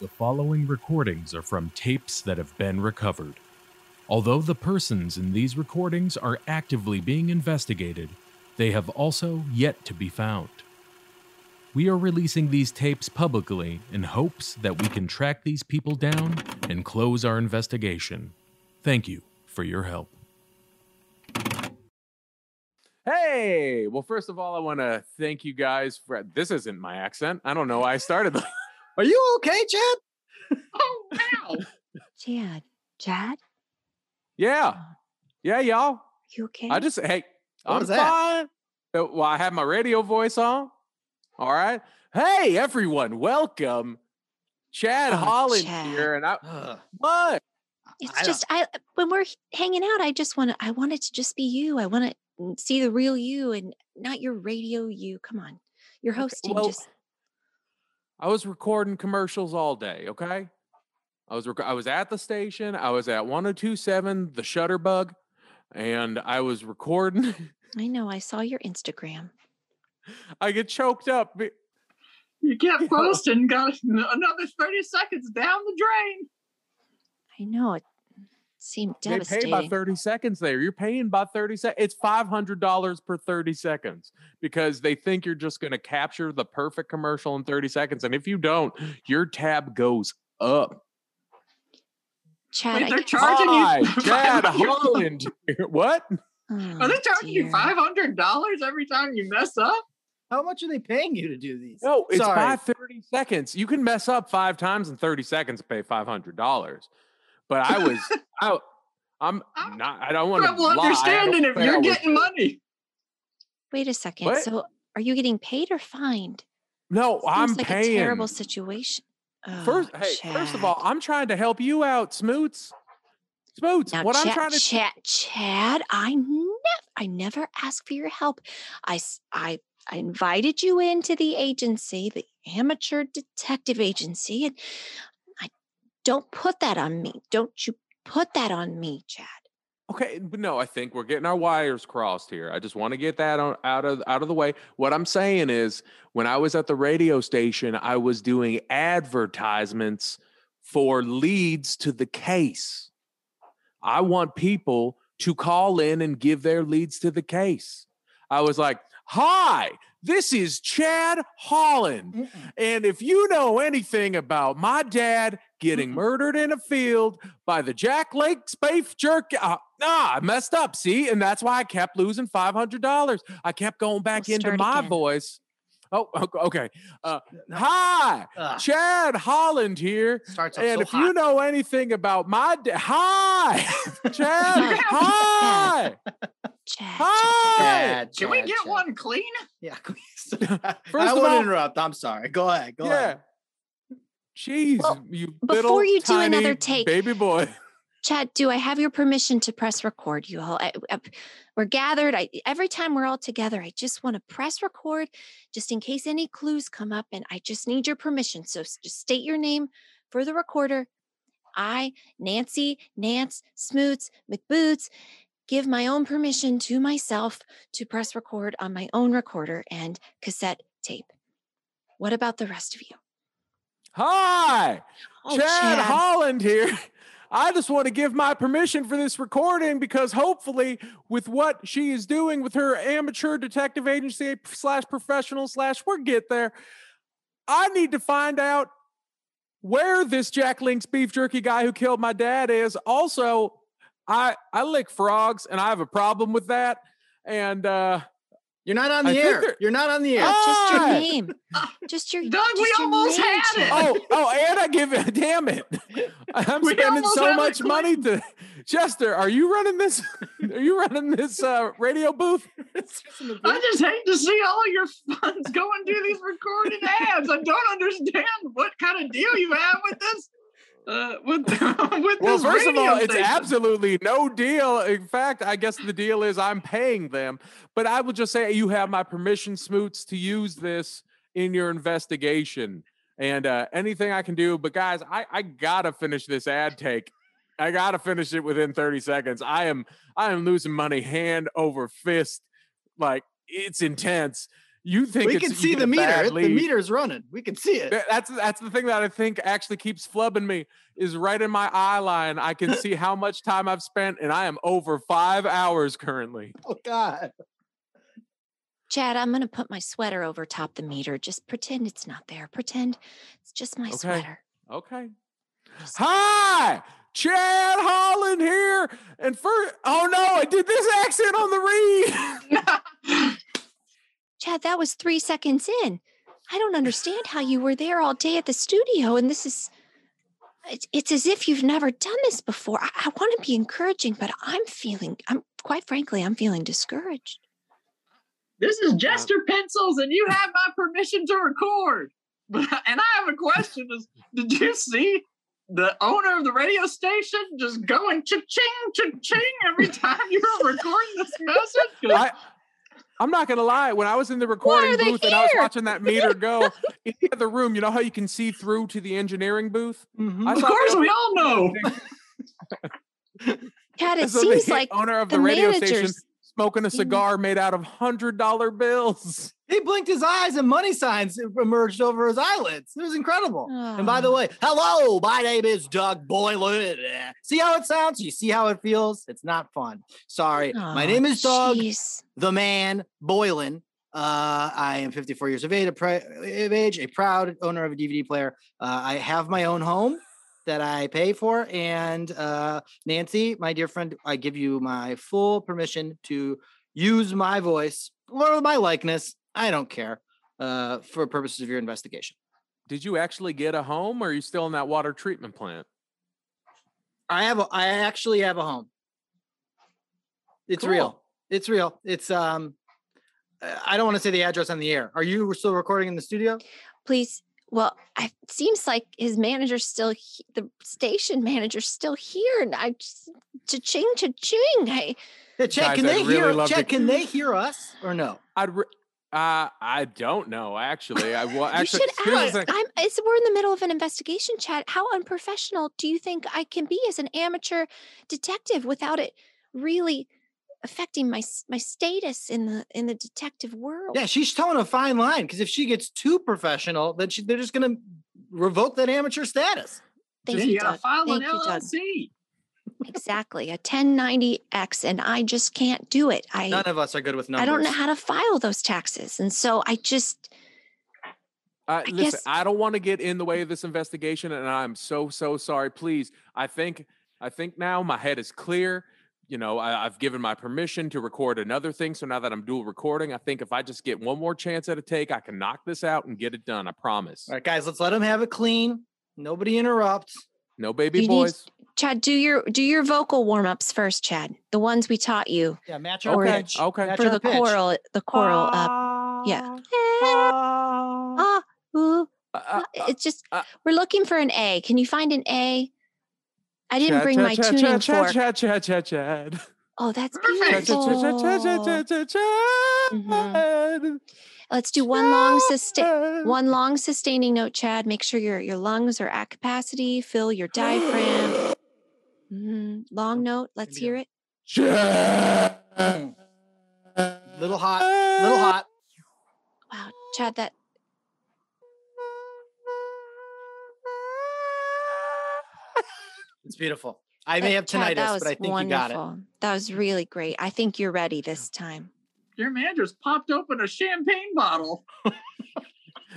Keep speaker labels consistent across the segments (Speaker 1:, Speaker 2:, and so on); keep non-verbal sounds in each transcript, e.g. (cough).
Speaker 1: The following recordings are from tapes that have been recovered. Although the persons in these recordings are actively being investigated, they have also yet to be found. We are releasing these tapes publicly in hopes that we can track these people down and close our investigation. Thank you for your help. Hey, well, first of all, I want to thank you guys for this. Isn't my accent? I don't know
Speaker 2: (laughs)
Speaker 1: why I started.
Speaker 2: Are you okay, Chad?
Speaker 3: Oh wow!
Speaker 4: Chad, Chad,
Speaker 1: yeah, yeah, y'all.
Speaker 4: you okay?
Speaker 1: I just hey,
Speaker 2: What
Speaker 1: I'm
Speaker 2: was that?
Speaker 1: fine. Uh, Well, I have my radio voice on. All right. Hey, everyone, welcome. Chad
Speaker 4: Oh,
Speaker 1: Holland
Speaker 4: Chad.
Speaker 1: here, and I
Speaker 2: Ugh.
Speaker 1: what?
Speaker 4: it's
Speaker 2: I
Speaker 1: uh
Speaker 2: don't-
Speaker 4: just I uh, when we're h- hanging out, I just want to. I want it to just be you. I want to see the real you and not your radio you. Come on, you're hosting.
Speaker 1: well,
Speaker 4: just
Speaker 1: I was recording commercials all day. Okay, I was rec- I was at the station. I was at 1027, the Shutterbug, and I was recording. (laughs)
Speaker 4: I know. I saw your Instagram.
Speaker 1: I get choked up. be- (laughs)
Speaker 3: You kept posting, got another thirty seconds down the drain.
Speaker 4: I know it seemed
Speaker 1: They pay
Speaker 4: devastating.
Speaker 1: by 30 seconds there. You're paying by 30 seconds. It's $500 per 30 seconds because they think you're just going to capture the perfect commercial in 30 seconds. And if you don't, your tab goes up.
Speaker 4: Chad,
Speaker 3: Wait,
Speaker 4: I
Speaker 3: they're
Speaker 4: can't-
Speaker 3: charging (laughs)
Speaker 1: Hi,
Speaker 3: you.
Speaker 1: Chad
Speaker 3: 500
Speaker 1: Holland. (laughs) What?
Speaker 4: Oh,
Speaker 3: Are they charging you
Speaker 4: dear.
Speaker 3: five hundred dollars every time you mess up?
Speaker 2: How much are they paying you to do these?
Speaker 1: No, it's
Speaker 2: Sorry.
Speaker 1: by 30 seconds. You can mess up five times in 30 seconds to pay $500. But I
Speaker 3: (laughs)
Speaker 1: was, I, I'm
Speaker 3: I'm
Speaker 1: not, I don't want to.
Speaker 3: Trouble understanding if you're getting money.
Speaker 4: Wait a second.
Speaker 1: What?
Speaker 4: So, are you getting paid or fined?
Speaker 1: No, I'm
Speaker 4: Seems like
Speaker 1: paying.
Speaker 4: a terrible situation. Oh,
Speaker 1: First, hey, first of all,
Speaker 4: Chad.
Speaker 1: I'm trying to help you out, Smoots. Smoots,
Speaker 4: Now,
Speaker 1: what
Speaker 4: Chad,
Speaker 1: I'm trying to
Speaker 4: Chad, Chad, I never, I never asked for your help. I, s- I, I invited you into the agency, the amateur detective agency, and I don't put that on me. Don't you put that on me, Chad?
Speaker 1: okay, but no, I think we're getting our wires crossed here. I just want to get that on, out of out of the way. What I'm saying is, when I was at the radio station, I was doing advertisements for leads to the case. I want people to call in and give their leads to the case. I was like, "Hi, this is Chad Holland."
Speaker 2: Mm-mm.
Speaker 1: And if you know anything about my dad getting
Speaker 4: Mm-hmm.
Speaker 2: Mm-mm.
Speaker 1: murdered in a field by the Jack Lake's beef jerk, uh, ah, I messed up. See, and that's why I kept losing five hundred dollars. I kept going back
Speaker 4: We'll
Speaker 1: into
Speaker 4: start
Speaker 1: my
Speaker 4: again.
Speaker 1: voice. Oh, o- okay. Uh,
Speaker 2: No,
Speaker 1: Hi,
Speaker 4: ah.
Speaker 2: ugh,
Speaker 1: Chad Holland here.
Speaker 2: starts off
Speaker 1: And
Speaker 2: so
Speaker 1: if
Speaker 2: hot.
Speaker 1: you know anything about my dad, hi, (laughs) Chad,
Speaker 4: Chad.
Speaker 1: hi,
Speaker 4: Chad, Chad,
Speaker 1: hi.
Speaker 2: Chad,
Speaker 3: Can we
Speaker 2: Chad,
Speaker 3: get
Speaker 2: Chad.
Speaker 3: one clean?
Speaker 2: Yeah. (laughs) First I
Speaker 1: First of
Speaker 2: won't
Speaker 1: all-
Speaker 2: interrupt. I'm sorry. Go ahead. Go ahead.
Speaker 1: Jeez,
Speaker 4: Well,
Speaker 1: you
Speaker 4: before
Speaker 1: little,
Speaker 4: you do
Speaker 1: tiny
Speaker 4: another take,
Speaker 1: baby boy.
Speaker 4: Chad, do I have your permission to press record? You all, I, I- we're gathered. I every time we're all together, I just want to press record, just in case any clues come up, and I just need your permission. So s- just state your name for the recorder. I, Nancy, Nance, Smoots, McBoots, give my own permission to myself to press record on my own recorder and cassette tape. What about the rest of you?
Speaker 1: Hi.
Speaker 4: Oh,
Speaker 1: Chad,
Speaker 4: Chad.
Speaker 1: Holland here. I just want to give my permission for this recording because hopefully, with what she is doing with her amateur detective agency slash professional slash we'll get there, I need to find out where this Jack Link's beef jerky guy who killed my dad is. Also, I I lick frogs and I have a problem with that. And uh
Speaker 2: You're not on
Speaker 1: I
Speaker 2: the
Speaker 1: think
Speaker 2: air.
Speaker 1: they're-
Speaker 2: You're not on the air.
Speaker 1: Oh,
Speaker 4: just your
Speaker 1: Hi.
Speaker 4: name.
Speaker 3: (laughs)
Speaker 4: Just your
Speaker 3: Doug, we
Speaker 4: just your
Speaker 3: almost
Speaker 4: name,
Speaker 3: had
Speaker 4: Chad.
Speaker 3: it.
Speaker 1: oh, oh,
Speaker 3: (laughs)
Speaker 1: and I give it. Damn it! I'm
Speaker 3: We
Speaker 1: spending
Speaker 3: almost
Speaker 1: so
Speaker 3: have it,
Speaker 1: much money to. Chester, are you running this? (laughs) Are you running this uh, radio booth?
Speaker 3: I just hate to see all your funds going to these recorded ads. I don't understand what kind of deal you have with this. Uh, with (laughs) with
Speaker 1: Well,
Speaker 3: this
Speaker 1: first of
Speaker 3: radio
Speaker 1: all, it's
Speaker 3: station.
Speaker 1: absolutely no deal. In fact, I guess the deal is I'm paying them. But I will just say you have my permission, Smoots, to use this in your investigation and uh, anything I can do. But guys, I, I gotta finish this ad take. I gotta finish it within 30 seconds. I am I am losing money hand over fist. Like it's intense. You think
Speaker 2: we
Speaker 1: it's-
Speaker 2: can
Speaker 1: you
Speaker 2: see
Speaker 1: get
Speaker 2: the
Speaker 1: a
Speaker 2: meter.
Speaker 1: bad
Speaker 2: It- The
Speaker 1: lead.
Speaker 2: meter's running. We can see it.
Speaker 1: Th- That's that's the thing (laughs) that I think actually keeps flubbing me is right in my eye line. I can see how much time I've spent, and I am over five hours currently.
Speaker 2: Oh God.
Speaker 4: Chad, I'm going to put my sweater over top the meter. Just pretend it's not there. Pretend it's just my
Speaker 1: Okay.
Speaker 4: sweater.
Speaker 1: Okay. Hi, Chad Holland here, and first, oh no, I did this accent on the
Speaker 4: (laughs)
Speaker 1: read.
Speaker 4: Chad, that was three seconds in. I don't understand how you were there all day at the studio, and this is. It's, it's as if you've never done this before. I, I want to be encouraging, but I'm feeling, I'm quite frankly, I'm feeling discouraged.
Speaker 3: This is Jester Pencils, and you have my permission to record. (laughs) But and I have a question: Is did you see the owner of the radio station just going cha-ching, cha-ching every time you were recording this message?
Speaker 1: (laughs)
Speaker 3: 'Cause
Speaker 1: I, I'm not gonna lie. When I was in the recording
Speaker 4: they
Speaker 1: booth and I was
Speaker 4: here?
Speaker 1: watching that meter go (laughs) in the other room, you know how you can see through to the engineering booth.
Speaker 2: Mhm.
Speaker 1: I
Speaker 3: of
Speaker 1: thought
Speaker 3: course,
Speaker 1: that
Speaker 3: we all know.
Speaker 4: Chad,
Speaker 1: (laughs)
Speaker 4: it
Speaker 1: was the
Speaker 4: seems
Speaker 1: hit
Speaker 4: like
Speaker 1: owner of
Speaker 4: the,
Speaker 1: the radio station
Speaker 4: managers.
Speaker 1: smoking a
Speaker 4: Yeah.
Speaker 1: cigar made out of hundred dollar bills.
Speaker 2: He blinked his eyes and money signs emerged over his eyelids. It was incredible. And by the
Speaker 4: Oh.
Speaker 2: way, hello, my name is Doug Boylan. Eh, See how it sounds? You see how it feels? It's not fun. Sorry. my
Speaker 4: Oh,
Speaker 2: name is Doug,
Speaker 4: jeez.
Speaker 2: the man, Boylan. Uh, I am 54 years of age, a, pr- of age, a proud owner of a DVD player. Uh, I have my own home that I pay for. And uh, Nancy, my dear friend, I give you my full permission to use my voice or my likeness. I don't care uh, for purposes of your investigation.
Speaker 1: Did you actually get a home, or are you still in that water treatment plant?
Speaker 2: I have a, I actually have a home. It's
Speaker 1: Cool.
Speaker 2: real. It's real. It's um uh, I don't want to say the address on the air. Are you still recording in the studio?
Speaker 4: please well I- it seems like his manager's still he- the station manager's still here and i just cha-ching cha-ching I,
Speaker 2: Hey, Chad,
Speaker 1: Guys,
Speaker 2: can
Speaker 1: I'd
Speaker 2: they
Speaker 1: really
Speaker 2: hear
Speaker 1: love to-
Speaker 2: Chad, can they hear us or no?
Speaker 1: I'd. Re- uh, I don't know. Actually, (laughs) I well,
Speaker 4: you
Speaker 1: actually,
Speaker 4: should
Speaker 1: here's the
Speaker 4: ask
Speaker 1: thing.
Speaker 4: i'm it's we're in the middle of an investigation chat how unprofessional do you think i can be as an amateur detective without it really affecting my s- my status in the in the detective world
Speaker 2: Yeah, she's towing a fine line because if she gets too professional, then she, they're just gonna revoke that amateur status.
Speaker 4: thank
Speaker 3: yeah,
Speaker 4: you
Speaker 3: you gotta
Speaker 4: Doug.
Speaker 3: (laughs) file
Speaker 4: thank
Speaker 3: an
Speaker 4: you Doug.
Speaker 3: LLC.
Speaker 4: exactly a 1090x and i just can't do it i
Speaker 2: None of us are good with numbers.
Speaker 4: I don't know how to file those taxes. And so I just,
Speaker 1: Uh, listen,
Speaker 4: guess-
Speaker 1: I don't want to get in the way of this investigation, and I'm so so sorry. Please, I think I think now my head is clear. You know, I, I've given my permission to record another thing, so now that I'm dual recording, I think if I just get one more chance at a take, I can knock this out and get it done. I promise.
Speaker 2: All right, guys, let's let them have it clean. Nobody interrupt.
Speaker 1: No baby
Speaker 4: You need-
Speaker 1: boys.
Speaker 4: Chad, do your do your vocal warm ups first, Chad. The ones we taught you
Speaker 2: Yeah, match our
Speaker 4: Or
Speaker 1: okay.
Speaker 2: pitch.
Speaker 1: Okay.
Speaker 2: Match
Speaker 4: for
Speaker 2: our
Speaker 4: the
Speaker 2: pitch.
Speaker 4: choral, the choral. Uh, yeah. Ah, ooh,
Speaker 1: Uh, uh,
Speaker 4: ah. it's just
Speaker 1: uh.
Speaker 4: we're looking for an A. Can you find an A? I didn't
Speaker 1: Chad,
Speaker 4: bring
Speaker 1: Chad,
Speaker 4: my
Speaker 1: Chad,
Speaker 4: tuning
Speaker 1: Chad, Chad,
Speaker 4: fork.
Speaker 1: Chad, Chad, Chad, Chad.
Speaker 4: Oh, that's
Speaker 3: Perfect. Chad,
Speaker 1: Cha- cha- cha- cha- cha- cha-
Speaker 4: beautiful.
Speaker 1: cha-
Speaker 4: Let's do one long sustain,
Speaker 1: Chad.
Speaker 4: one long sustaining note, Chad. Make sure your your lungs are at capacity. Fill your diaphragm.
Speaker 1: (gasps)
Speaker 4: Mhm. Long note. Let's
Speaker 2: Maybe
Speaker 4: hear it.
Speaker 1: Chad.
Speaker 2: Mm. Little hot, little
Speaker 1: Ah.
Speaker 2: hot.
Speaker 4: Wow, Chad, that
Speaker 2: It's beautiful. I may have
Speaker 4: Chad,
Speaker 2: tinnitus,
Speaker 4: that was
Speaker 2: but I think you
Speaker 4: wonderful.
Speaker 2: got it.
Speaker 4: That was really great. I think you're ready this time.
Speaker 3: Your manager's popped open a champagne bottle.
Speaker 1: (laughs)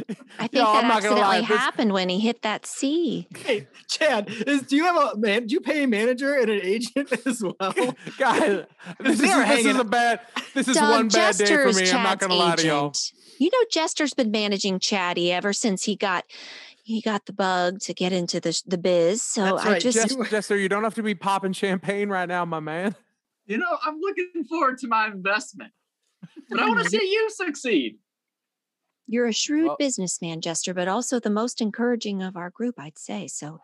Speaker 4: I think
Speaker 1: Yo,
Speaker 4: that
Speaker 1: I'm not gonna
Speaker 4: accidentally
Speaker 1: lie, this-
Speaker 4: happened when he hit that C.
Speaker 2: Hey, Chad, is, do you have a man? Do you pay a manager and an agent (laughs) as well?
Speaker 1: (laughs) Guys, this is,
Speaker 2: They're
Speaker 1: this is
Speaker 2: hanging-
Speaker 1: a bad. This is
Speaker 4: Doug
Speaker 1: one bad day for
Speaker 4: Jester's
Speaker 1: me. I'm not
Speaker 4: Chad's
Speaker 1: gonna lie to y'all.
Speaker 4: agent. You know, Jester's been managing Chatty ever since he got he got the bug to get into the the biz. So
Speaker 2: That's
Speaker 4: I
Speaker 2: right,
Speaker 4: just
Speaker 1: Jester, Jester, you don't have to be popping champagne right now, my man.
Speaker 3: You know, I'm looking forward to my investment,
Speaker 1: (laughs)
Speaker 3: but I want to see you succeed.
Speaker 4: (laughs) you're a shrewd
Speaker 1: Well-
Speaker 4: businessman, Jester, but also the most encouraging of our group, I'd say. So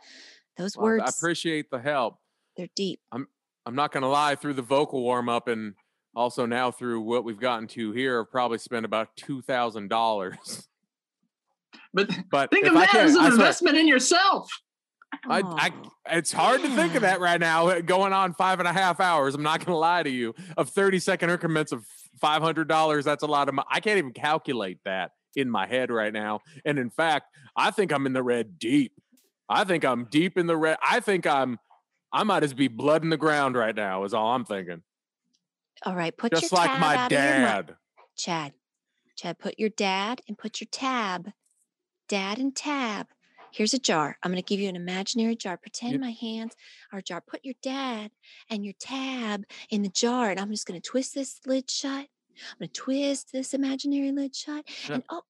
Speaker 4: those
Speaker 1: Well, I- I
Speaker 4: words
Speaker 1: appreciate the help.
Speaker 4: they're deep.
Speaker 1: I'm not gonna lie. Through the vocal warm up and also now through what we've gotten to here, I've probably spent about two thousand dollars.
Speaker 3: But
Speaker 1: But
Speaker 3: think
Speaker 1: if
Speaker 3: of
Speaker 1: I
Speaker 3: that
Speaker 1: can,
Speaker 3: as an
Speaker 1: I swear,
Speaker 3: investment in yourself.
Speaker 1: I- I-
Speaker 4: Aw.
Speaker 1: it's hard to think
Speaker 4: Yeah.
Speaker 1: of
Speaker 2: Mm.
Speaker 1: that right now. uh, Going on five and a half hours, I'm not gonna lie to you, of 30 second increments of five hundred dollars. That's a lot of money. I can't even calculate that in my head right now. And in fact, I think I'm in the red deep. I think I'm deep in the red. I think I'm. I might as be blood in the ground right now. Is all I'm thinking.
Speaker 4: All right, put
Speaker 1: Just
Speaker 4: your
Speaker 1: like
Speaker 4: tab
Speaker 1: my
Speaker 4: out of your mouth.
Speaker 1: dad.
Speaker 4: Chad, Chad, put your dad and put your tab. Dad and tab. Here's a jar. I'm going to give you an imaginary jar. Pretend
Speaker 1: Yep.
Speaker 4: my hands are a jar. Put your dad and your tab in the jar. And I'm just going to twist this lid shut. I'm going to twist this imaginary lid shut.
Speaker 1: Yeah.
Speaker 4: And oh,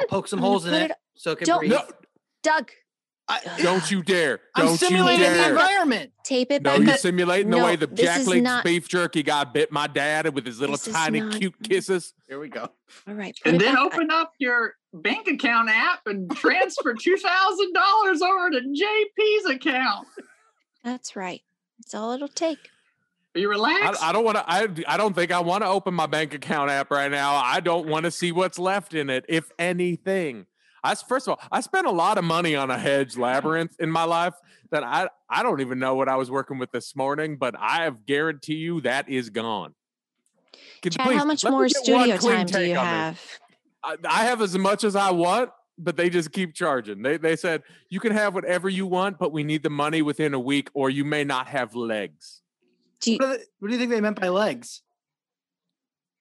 Speaker 2: I'll poke some
Speaker 4: I'm gonna
Speaker 2: holes in
Speaker 4: put
Speaker 2: it,
Speaker 4: it-
Speaker 2: so it can
Speaker 4: Don't-
Speaker 2: breathe.
Speaker 1: No,
Speaker 4: Doug,
Speaker 2: I,
Speaker 1: don't you dare!
Speaker 2: (laughs) I'm
Speaker 1: Don't you
Speaker 2: simulating the
Speaker 1: dare!
Speaker 2: environment.
Speaker 4: tape it
Speaker 1: No,
Speaker 4: back.
Speaker 1: you're
Speaker 4: up.
Speaker 1: simulating the
Speaker 4: No,
Speaker 1: way the
Speaker 4: this
Speaker 1: Jack
Speaker 4: is
Speaker 1: Legs
Speaker 4: not-
Speaker 1: beef jerky guy bit my dad with his little
Speaker 4: This is
Speaker 1: tiny
Speaker 4: not-
Speaker 1: cute kisses.
Speaker 2: Here we go.
Speaker 4: All right. put
Speaker 3: And
Speaker 4: it
Speaker 3: then
Speaker 4: back up.
Speaker 3: open up your bank account app and transfer two thousand dollars over to JP's account.
Speaker 4: That's right. That's all it'll take.
Speaker 3: Are you
Speaker 1: I,
Speaker 3: relaxed?
Speaker 1: I don't want to. I, I don't think I want to open my bank account app right now. I don't want to see what's left in it, if anything. I s- first of all, I spent a lot of money on a hedge labyrinth in my life that I I don't even know what I was working with this morning, but I have guarantee you that is gone. Could-
Speaker 4: Chad,
Speaker 1: please,
Speaker 4: how much
Speaker 1: let me
Speaker 4: more
Speaker 1: get one
Speaker 4: studio
Speaker 1: clean
Speaker 4: time do
Speaker 1: take
Speaker 4: you
Speaker 1: on this.
Speaker 4: have?
Speaker 1: I, I have as much as I want, but they just keep charging. They they said you can have whatever you want, but we need the money within a week, or you may not have legs.
Speaker 4: Do you,
Speaker 2: What, do they- what do you think they meant by legs?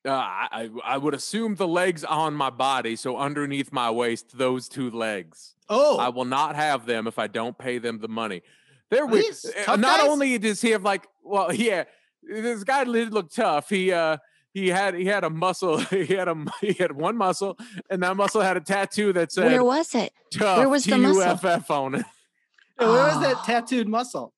Speaker 1: Uh, I I I would assume the legs on my body, so underneath my waist, those two legs.
Speaker 2: Oh,
Speaker 1: I will not have them if I don't pay them the money. They're
Speaker 2: Are
Speaker 1: weird.
Speaker 2: these
Speaker 1: Uh,
Speaker 2: tough
Speaker 1: Not
Speaker 2: guys?
Speaker 1: only does he have like, well, (laughs) yeah, this guy did look tough. He uh he had he had a muscle. (laughs) He had a he had one muscle, and that muscle had a tattoo that said
Speaker 4: where was it?
Speaker 1: tough.
Speaker 4: was the muscle?
Speaker 1: TUFF on it. (laughs)
Speaker 2: yeah, where was
Speaker 4: Oh.
Speaker 2: that tattooed muscle?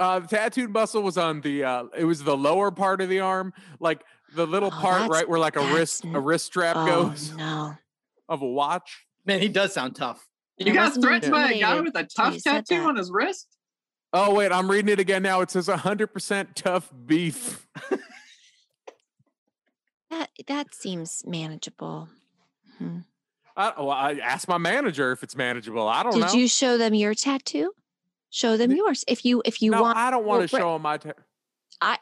Speaker 1: Uh, the tattooed muscle was on the. Uh, it was the lower part of the arm, like the little
Speaker 4: Oh,
Speaker 1: part
Speaker 4: that's-
Speaker 1: right where like a
Speaker 4: that's
Speaker 1: wrist a
Speaker 4: n-
Speaker 1: wrist strap
Speaker 4: Oh,
Speaker 1: goes
Speaker 4: no.
Speaker 1: of a watch.
Speaker 2: Man, he does sound tough.
Speaker 4: I
Speaker 3: you got
Speaker 4: wasn't
Speaker 3: threatened by a guy
Speaker 4: intimidated
Speaker 3: with a
Speaker 4: till
Speaker 3: tough
Speaker 4: you said
Speaker 3: tattoo
Speaker 4: that.
Speaker 3: on his wrist.
Speaker 1: Oh wait, I'm reading it again now. It says 100% tough beef.
Speaker 4: That that seems manageable. Hmm.
Speaker 1: I, well, I asked my manager if it's manageable. I don't
Speaker 4: Did
Speaker 1: know.
Speaker 4: you show them your tattoo? Show them
Speaker 1: N-
Speaker 4: yours. If you if you
Speaker 1: no,
Speaker 4: want,
Speaker 1: I don't
Speaker 4: well,
Speaker 1: want to
Speaker 4: but-
Speaker 1: show him my. Ta-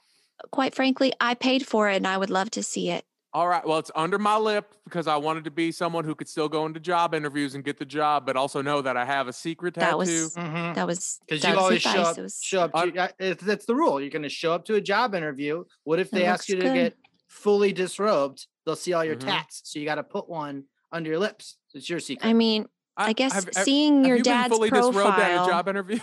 Speaker 4: quite frankly, I paid for it and I would love to see it.
Speaker 1: All right. Well, it's under my lip because I wanted to be someone who could still go into job interviews and get the job, but also know that I have a secret tattoo. hmm.
Speaker 4: That was
Speaker 2: Because
Speaker 4: that was
Speaker 2: you
Speaker 4: Doug's
Speaker 2: Mm-hmm. always show
Speaker 4: advice.
Speaker 2: up.
Speaker 4: It was-
Speaker 2: Show up. To, uh, it's- that's the rule. You're going to show up to a job interview. What if
Speaker 4: It
Speaker 2: they ask
Speaker 4: looks
Speaker 2: you to
Speaker 4: good.
Speaker 2: get fully disrobed? They'll see all your
Speaker 1: Mhm.
Speaker 2: tats, so you got to put one under your lips. It's your secret.
Speaker 4: I mean, I, guess
Speaker 1: have- have-
Speaker 4: seeing
Speaker 1: have
Speaker 4: your
Speaker 1: you
Speaker 4: dad's
Speaker 1: been fully disrobed at
Speaker 4: profile.
Speaker 1: a job interview.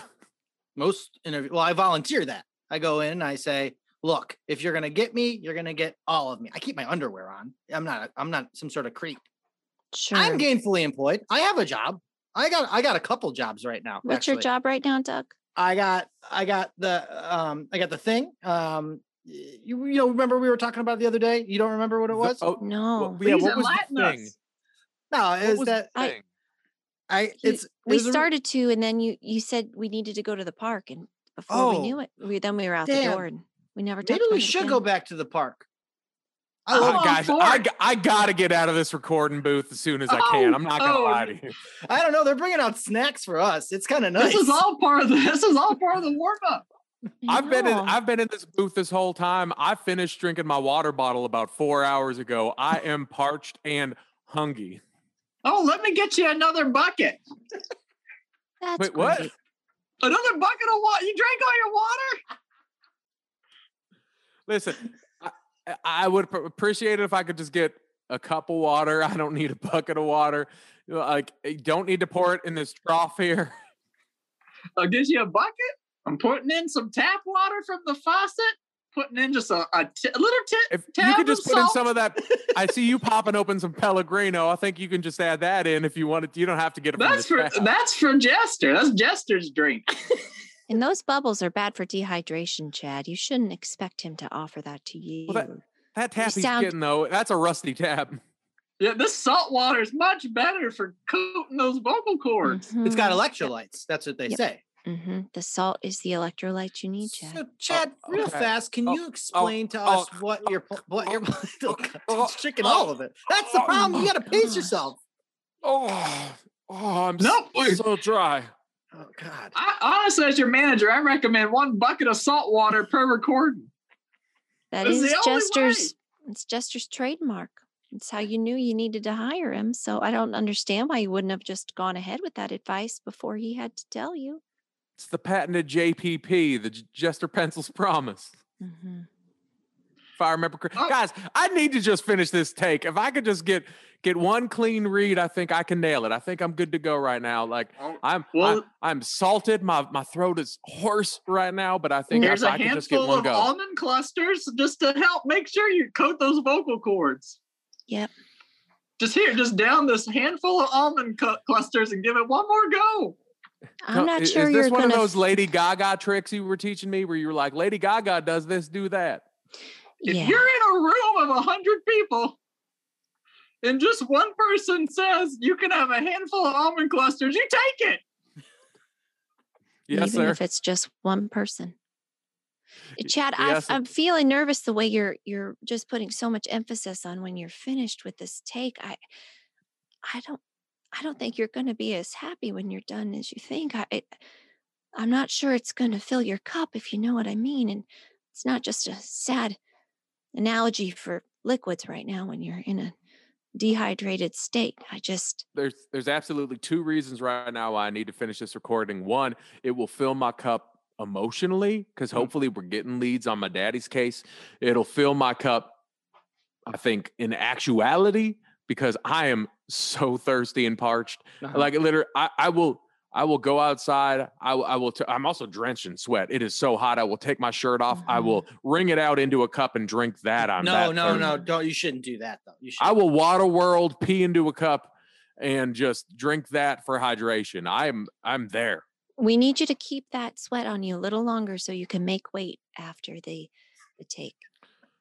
Speaker 2: most interview. Well, I volunteer that. I go in and I say, "Look, if you're gonna get me, you're gonna get all of me." I keep my underwear on. I'm not. a- I'm not some sort of creep.
Speaker 4: Sure.
Speaker 2: I'm gainfully employed. I have a job. I got. I got a couple jobs right now.
Speaker 4: What's your
Speaker 2: actually.
Speaker 4: job right now, Doug?
Speaker 2: I got. I got the. Um. I got the thing. Um. y- You, you know, remember we were talking about it the other day? You don't remember what it
Speaker 1: The-
Speaker 2: was?
Speaker 1: oh,
Speaker 4: No.
Speaker 1: well, yeah,
Speaker 3: Please
Speaker 1: what was the
Speaker 3: enlighten
Speaker 1: thing?
Speaker 3: us.
Speaker 2: no,
Speaker 1: What
Speaker 2: it was,
Speaker 1: was the
Speaker 2: that
Speaker 4: I-
Speaker 1: thing?
Speaker 2: I.
Speaker 4: You-
Speaker 2: It's
Speaker 4: we
Speaker 2: it was a-
Speaker 4: started to, and then you you said we needed to go to the park, and before we
Speaker 2: Oh,
Speaker 4: knew it, we then we were out the
Speaker 2: damn.
Speaker 4: door, and we never.
Speaker 2: Maybe
Speaker 4: talked
Speaker 2: we
Speaker 4: about it
Speaker 2: should
Speaker 4: again.
Speaker 2: go back to the park. I
Speaker 3: Oh,
Speaker 1: Uh,
Speaker 2: love
Speaker 3: I'm
Speaker 1: guys,
Speaker 3: for
Speaker 1: I,
Speaker 3: it.
Speaker 1: g- I gotta get out of this recording booth as soon as I can.
Speaker 3: Oh,
Speaker 1: I'm not gonna
Speaker 3: oh,
Speaker 1: lie to you.
Speaker 2: I don't know. They're bringing out snacks for us. It's kind of nice.
Speaker 3: This is all part of the, this is all part of the warm up.
Speaker 4: I
Speaker 1: I've been in
Speaker 4: know.
Speaker 1: I've been in this booth this whole time. I finished drinking my water bottle about four hours ago. I
Speaker 3: (laughs)
Speaker 1: am parched and hungry.
Speaker 3: Oh, let me get you another bucket.
Speaker 4: That's
Speaker 1: Wait, what?
Speaker 4: great.
Speaker 3: Another bucket of water. You drank all your water?
Speaker 1: Listen,
Speaker 3: (laughs)
Speaker 1: I, I- I would pr- appreciate it if I could just get a cup of water. (laughs) I don't need a bucket of water. You know, Like, you don't need to pour it in this trough here. (laughs)
Speaker 3: I'll get you a bucket. I'm putting in some tap water from the faucet. Putting in just a, a t- a little tip.
Speaker 1: If you
Speaker 3: Tab
Speaker 1: could
Speaker 3: of
Speaker 1: just put in
Speaker 3: salt. (laughs)
Speaker 1: some of that, I see you popping open some Pellegrino. I think you can just add that in if you want it. You don't have to get it.
Speaker 3: That's
Speaker 1: from
Speaker 3: for
Speaker 1: this tab.
Speaker 3: that's for Jester. That's Jester's drink.
Speaker 4: And those bubbles are bad for dehydration, Chad. You shouldn't expect him to offer that to you.
Speaker 1: that- that tap he's
Speaker 4: sound-
Speaker 1: getting though. That's a rusty tap.
Speaker 3: Yeah, this salt water is much better for coating those vocal cords.
Speaker 4: Mm-hmm.
Speaker 2: It's got electrolytes. That's what they
Speaker 4: Yep.
Speaker 2: say.
Speaker 4: hmm The salt is the electrolyte you need, Chad.
Speaker 2: So, Chad, real
Speaker 1: okay.
Speaker 2: fast, can
Speaker 1: Oh,
Speaker 2: you explain to us what your pl- what your (laughs)
Speaker 1: oh,
Speaker 2: oh, chicken all of it? That's the
Speaker 1: oh,
Speaker 2: problem. You
Speaker 4: my
Speaker 2: got to pace
Speaker 4: God.
Speaker 2: yourself.
Speaker 1: Oh, oh, I'm
Speaker 3: Nope.
Speaker 1: so dry.
Speaker 2: Oh God.
Speaker 3: I honestly, as your manager, I recommend one bucket of salt water per recording.
Speaker 4: That
Speaker 3: That's
Speaker 4: is
Speaker 3: the only way.
Speaker 4: Jester's It's Jester's trademark. It's how you knew you needed to hire him. So I don't understand why you wouldn't have just gone ahead with that advice before he had to tell you.
Speaker 1: It's the patented JPP, the J- Jester Pencils Promise.
Speaker 4: Mhm.
Speaker 1: If I remember, cor-
Speaker 3: Oh.
Speaker 1: guys, I need to just finish this take. If I could just get get one clean read, I think I can nail it. I think I'm good to go right now. Like
Speaker 3: Oh,
Speaker 1: I'm
Speaker 3: Well-
Speaker 1: I, am salted. My my throat is hoarse right now, but I think
Speaker 3: Here's
Speaker 1: if
Speaker 3: a
Speaker 1: I could just get
Speaker 3: handful
Speaker 1: one
Speaker 3: of
Speaker 1: go.
Speaker 3: almond clusters just to help make sure you coat those vocal cords.
Speaker 4: Yep.
Speaker 3: Just here, just down this handful of almond cu- clusters and give it one more go.
Speaker 1: Co-
Speaker 4: I'm not
Speaker 1: i-
Speaker 4: sure
Speaker 1: is
Speaker 4: you're
Speaker 1: this one
Speaker 4: going
Speaker 1: of
Speaker 4: to
Speaker 1: those Lady Gaga tricks you were teaching me, where you were like, "Lady Gaga does this, do that."
Speaker 3: If
Speaker 4: Yeah.
Speaker 3: you're in a room of a hundred people and just one person says you can have a handful of almond clusters, you take it.
Speaker 1: Yes,
Speaker 4: even
Speaker 1: sir.
Speaker 4: if it's just one person. Eh,
Speaker 1: Y-
Speaker 4: Chad,
Speaker 1: yes, sir.
Speaker 4: I, I'm feeling nervous the way you're you're just putting so much emphasis on when you're finished with this take. I I don't I don't think you're going to be as happy when you're done as you think. I I- I'm not sure it's going to fill your cup if you know what I mean. And it's not just a sad analogy for liquids right now when you're in a dehydrated state. I just
Speaker 1: there's there's absolutely two reasons right now why I need to finish this recording. One, it will fill my cup emotionally
Speaker 2: Mm-hmm.
Speaker 1: because hopefully we're getting leads on my daddy's case. It'll fill my cup, I think, in actuality because I am so (laughs) thirsty and parched.
Speaker 2: Uh-huh.
Speaker 1: Like literally, I, I will. I will go outside. I, will- I will. T- I'm also drenched in sweat. It is so hot. I will take my shirt off. I
Speaker 4: Mhm.
Speaker 1: will wring it out into a cup and drink that. I'm
Speaker 2: Mm-hmm. no,
Speaker 1: that
Speaker 2: no,
Speaker 1: thirsty.
Speaker 2: no. Don't you shouldn't do that though. You should.
Speaker 1: I will water world, pee into a cup, and just drink that for hydration. I'm I'm there.
Speaker 4: we need you to keep that sweat on you a little longer so you can make weight after the the take.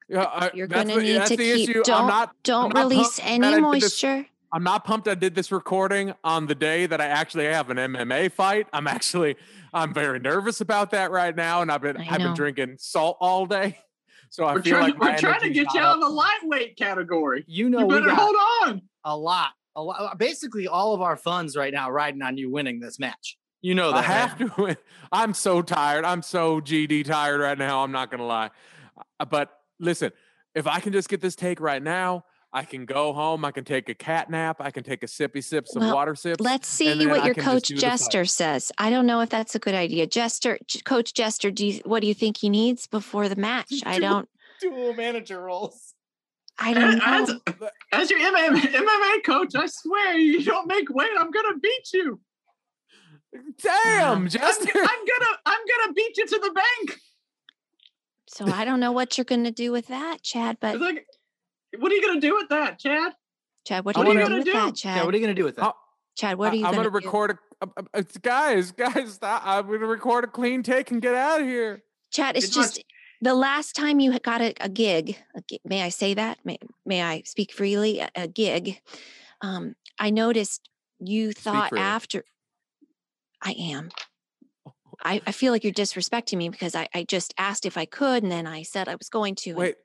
Speaker 1: Yeah, I-
Speaker 4: You're
Speaker 1: that's
Speaker 4: gonna
Speaker 1: the-
Speaker 4: need
Speaker 1: that's
Speaker 4: to
Speaker 1: the
Speaker 4: keep-
Speaker 1: issue. I'm
Speaker 4: don't-
Speaker 1: not
Speaker 4: Don't
Speaker 1: not
Speaker 4: release
Speaker 1: pumped that I
Speaker 4: any
Speaker 1: did this-
Speaker 4: moisture.
Speaker 1: I'm not pumped. I did this recording on the day that I actually have an MMA fight. I'm actually I'm very nervous about that right now, and I've been
Speaker 4: I
Speaker 1: I've been
Speaker 4: know.
Speaker 1: drinking salt all day, (laughs) so I
Speaker 3: We're
Speaker 1: feel
Speaker 3: trying,
Speaker 1: like my
Speaker 3: we're trying to
Speaker 1: energy's
Speaker 3: get
Speaker 1: not
Speaker 3: you
Speaker 1: up.
Speaker 3: out of the lightweight category.
Speaker 2: you know
Speaker 3: you
Speaker 2: we
Speaker 3: better
Speaker 2: got
Speaker 3: hold on.
Speaker 2: a lot, a lot. uh, Basically, all of our funds right now riding on you winning this match. You know that.
Speaker 1: I
Speaker 2: right?
Speaker 1: have (laughs) to. win. I'm so tired. I'm so GD tired right now. I'm not gonna lie. Uh, But listen, if I can just get this take right now, I can go home. I can take a cat nap. I can take a sippy sip, some
Speaker 4: Well,
Speaker 1: water sips.
Speaker 4: Let's see
Speaker 1: then I
Speaker 4: what your
Speaker 1: can just
Speaker 4: coach
Speaker 1: do the fight.
Speaker 4: Jester says. I don't know if that's a good idea. Jester, J- coach Jester, do you, what do you think he needs before the match?
Speaker 1: (laughs)
Speaker 4: I
Speaker 2: Do-
Speaker 4: don't.
Speaker 2: Dual manager roles.
Speaker 4: I
Speaker 2: (laughs)
Speaker 4: don't
Speaker 3: As,
Speaker 4: know.
Speaker 3: as- as your MMA, MMA coach, I swear you don't make weight. I'm gonna beat you.
Speaker 4: um,
Speaker 1: Damn,
Speaker 3: I'm,
Speaker 1: Jester. (laughs)
Speaker 3: I'm gonna I'm gonna beat you to the bank.
Speaker 4: So I don't know what you're going to do with that, Chad. But
Speaker 1: (laughs)
Speaker 3: It's like, what are you gonna do with that, Chad?
Speaker 4: Chad, what
Speaker 2: I
Speaker 4: are you going
Speaker 2: wanna-
Speaker 4: to do with
Speaker 3: Yeah,
Speaker 4: that,
Speaker 3: what
Speaker 4: Chad?
Speaker 2: Yeah, what are you gonna do with that?
Speaker 1: I'll-
Speaker 4: Chad, what are
Speaker 1: I-
Speaker 4: you
Speaker 1: I'm
Speaker 4: going to
Speaker 1: gonna
Speaker 4: do?
Speaker 1: record a. a- a- it's- guys, guys, stop. I'm gonna record a clean take and get out of here.
Speaker 4: Chad, it's
Speaker 3: Did you watch-
Speaker 4: just the last time you had got a, a gig, a gi- may I say that? May, may I speak freely? A, a gig. Um, I noticed you thought
Speaker 1: freely.
Speaker 4: after I am. I, I feel like you're disrespecting me because I, I just asked if I could and then I said I was going to. and
Speaker 1: Wait,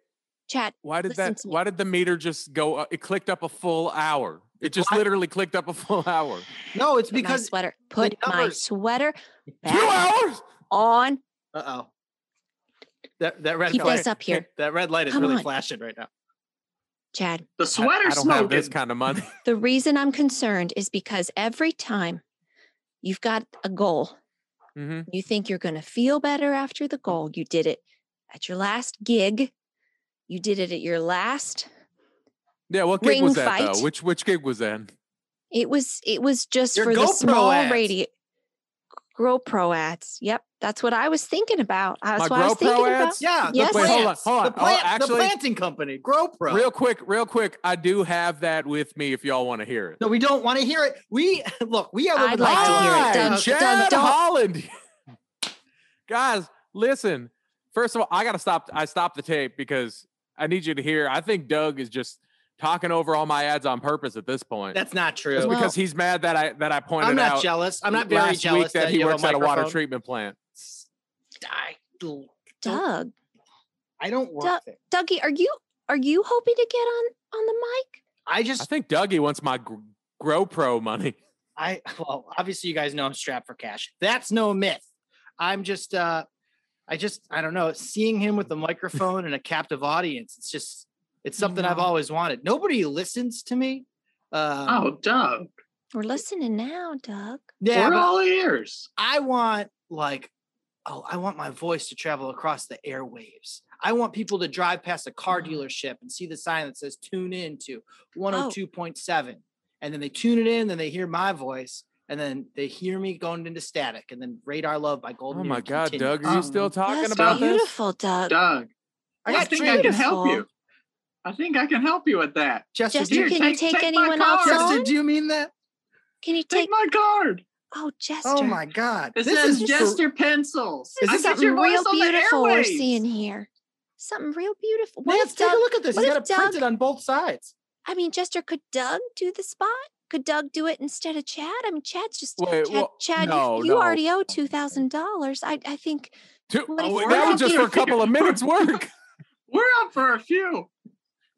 Speaker 4: Chad,
Speaker 1: why did
Speaker 4: listen
Speaker 1: that?
Speaker 4: to me.
Speaker 1: Why did the meter just go? Uh, it clicked up a full hour. It just
Speaker 2: why-
Speaker 1: literally clicked up a full hour.
Speaker 2: No, it's
Speaker 4: put my
Speaker 2: because.
Speaker 4: sweater, put my
Speaker 2: numbers-
Speaker 4: sweater
Speaker 1: Two
Speaker 4: back
Speaker 1: hours.
Speaker 4: on.
Speaker 2: Uh oh. That that red
Speaker 4: Keep
Speaker 2: light.
Speaker 4: this up here,
Speaker 2: That red light is
Speaker 4: Come
Speaker 2: really
Speaker 4: on.
Speaker 2: flashing right now.
Speaker 4: Chad.
Speaker 3: The
Speaker 1: I-
Speaker 3: sweater
Speaker 1: I, don't
Speaker 3: smoking.
Speaker 1: have this kind of money.
Speaker 4: (laughs) The reason I'm concerned is because every time you've got a goal,
Speaker 1: hmm
Speaker 4: you think you're going to feel better after the goal. You did it at your last gig. You did it at your last.
Speaker 1: Yeah, what gig
Speaker 4: Ring
Speaker 1: was that though?
Speaker 4: fight.
Speaker 1: Which which gig was that?
Speaker 4: It was it was just
Speaker 2: Your
Speaker 4: for the
Speaker 2: GoPro
Speaker 4: small
Speaker 2: ads.
Speaker 4: radio GoPro ads. Yep, that's what I was thinking about.
Speaker 1: My
Speaker 4: That's what I was
Speaker 1: GoPro
Speaker 4: thinking
Speaker 1: ads?
Speaker 4: about.
Speaker 2: Yeah.
Speaker 4: Yes.
Speaker 2: The
Speaker 1: Wait, hold on,
Speaker 2: plants,
Speaker 1: hold on.
Speaker 2: The,
Speaker 1: Oh,
Speaker 2: plant, the
Speaker 1: actually-
Speaker 2: planting company, GrowPro.
Speaker 1: Real quick, real quick. I do have that with me if y'all want to hear it.
Speaker 2: No, we don't want to hear it. We (laughs) look. We have.
Speaker 4: I'd like to hear it.
Speaker 1: Hi,
Speaker 4: Dun, dun,
Speaker 1: Chad
Speaker 4: dun.
Speaker 1: Holland. (laughs) Guys, listen. First of all, I gotta stop. I stopped the tape because I need you to hear. I think Doug is just talking over all my ads on purpose at this point.
Speaker 2: (laughs) That's not true.
Speaker 1: just
Speaker 4: Well,
Speaker 1: because he's mad that I that I pointed
Speaker 2: I'm not
Speaker 1: out
Speaker 2: jealous. I'm not very
Speaker 1: last
Speaker 2: jealous
Speaker 1: week that, he
Speaker 2: you have
Speaker 1: works at a water
Speaker 2: microphone.
Speaker 1: treatment plant.
Speaker 2: I, don't-
Speaker 4: Doug,
Speaker 2: I don't work
Speaker 4: Duh.
Speaker 2: there.
Speaker 4: Dougie, are you are you hoping to get on on the mic?
Speaker 2: I
Speaker 1: I
Speaker 2: just.
Speaker 1: think Dougie wants my gr- GoPro money.
Speaker 2: I well, obviously you guys know I'm strapped for cash. That's no myth. I'm just uh I just I don't know, seeing him with a microphone and a captive audience, it's just It's something I've
Speaker 4: know.
Speaker 2: always wanted. Nobody listens to me. Um,
Speaker 3: Oh, Doug,
Speaker 4: We're listening now, Doug.
Speaker 2: yeah,
Speaker 3: we're
Speaker 2: but
Speaker 3: all ears.
Speaker 2: I want like, oh, I want my voice to travel across the airwaves. I want people to drive past a car dealership and see the sign that says "Tune in to 102.7," and then they tune it in, then they hear my voice, and then they hear me going into static, and then "Radar Love" by
Speaker 1: Oh
Speaker 2: Golden.
Speaker 1: my
Speaker 2: Ear
Speaker 1: God,
Speaker 2: continues.
Speaker 1: Doug, are you
Speaker 3: Um,
Speaker 1: still talking
Speaker 4: That's
Speaker 1: about this?
Speaker 4: beautiful, Doug.
Speaker 3: Doug,
Speaker 2: Uh, I
Speaker 3: I
Speaker 2: got
Speaker 3: think
Speaker 2: three.
Speaker 3: I can help
Speaker 4: beautiful.
Speaker 3: you. I think I can help you with that.
Speaker 2: Jester, do
Speaker 4: Jester,
Speaker 3: Here,
Speaker 2: you,
Speaker 4: can you
Speaker 3: take-
Speaker 4: take,
Speaker 3: take my
Speaker 4: anyone else
Speaker 3: card.
Speaker 4: on?
Speaker 2: Jester, do you mean that?
Speaker 4: Can you take?
Speaker 3: Take my card.
Speaker 4: Oh, Jester.
Speaker 2: Oh my God,
Speaker 3: It
Speaker 2: this
Speaker 3: says
Speaker 2: is
Speaker 3: Jester Pencils.
Speaker 4: This
Speaker 3: I
Speaker 4: is
Speaker 3: get
Speaker 4: something
Speaker 3: your
Speaker 4: real
Speaker 3: voice on the
Speaker 4: beautiful we're
Speaker 3: airwaves.
Speaker 4: seeing here. Something real beautiful. What
Speaker 2: Lance,
Speaker 4: if
Speaker 2: take
Speaker 4: Doug?
Speaker 2: a look at this.
Speaker 4: what
Speaker 2: You
Speaker 4: if
Speaker 2: got it printed on both sides.
Speaker 4: I mean, Jester, could Doug do the spot? Could Doug do it instead of Chad? I mean, Chad's just
Speaker 1: Wait,
Speaker 4: Chad.
Speaker 1: well,
Speaker 4: Chad,
Speaker 1: no,
Speaker 4: you, you
Speaker 1: no.
Speaker 4: already owe two thousand dollars. I I think
Speaker 1: Two-
Speaker 4: What if
Speaker 1: oh,
Speaker 4: we're
Speaker 1: that was
Speaker 4: not
Speaker 1: just for a
Speaker 3: gonna-
Speaker 1: couple of
Speaker 4: (laughs)
Speaker 1: minutes' work.
Speaker 3: We're up for a few.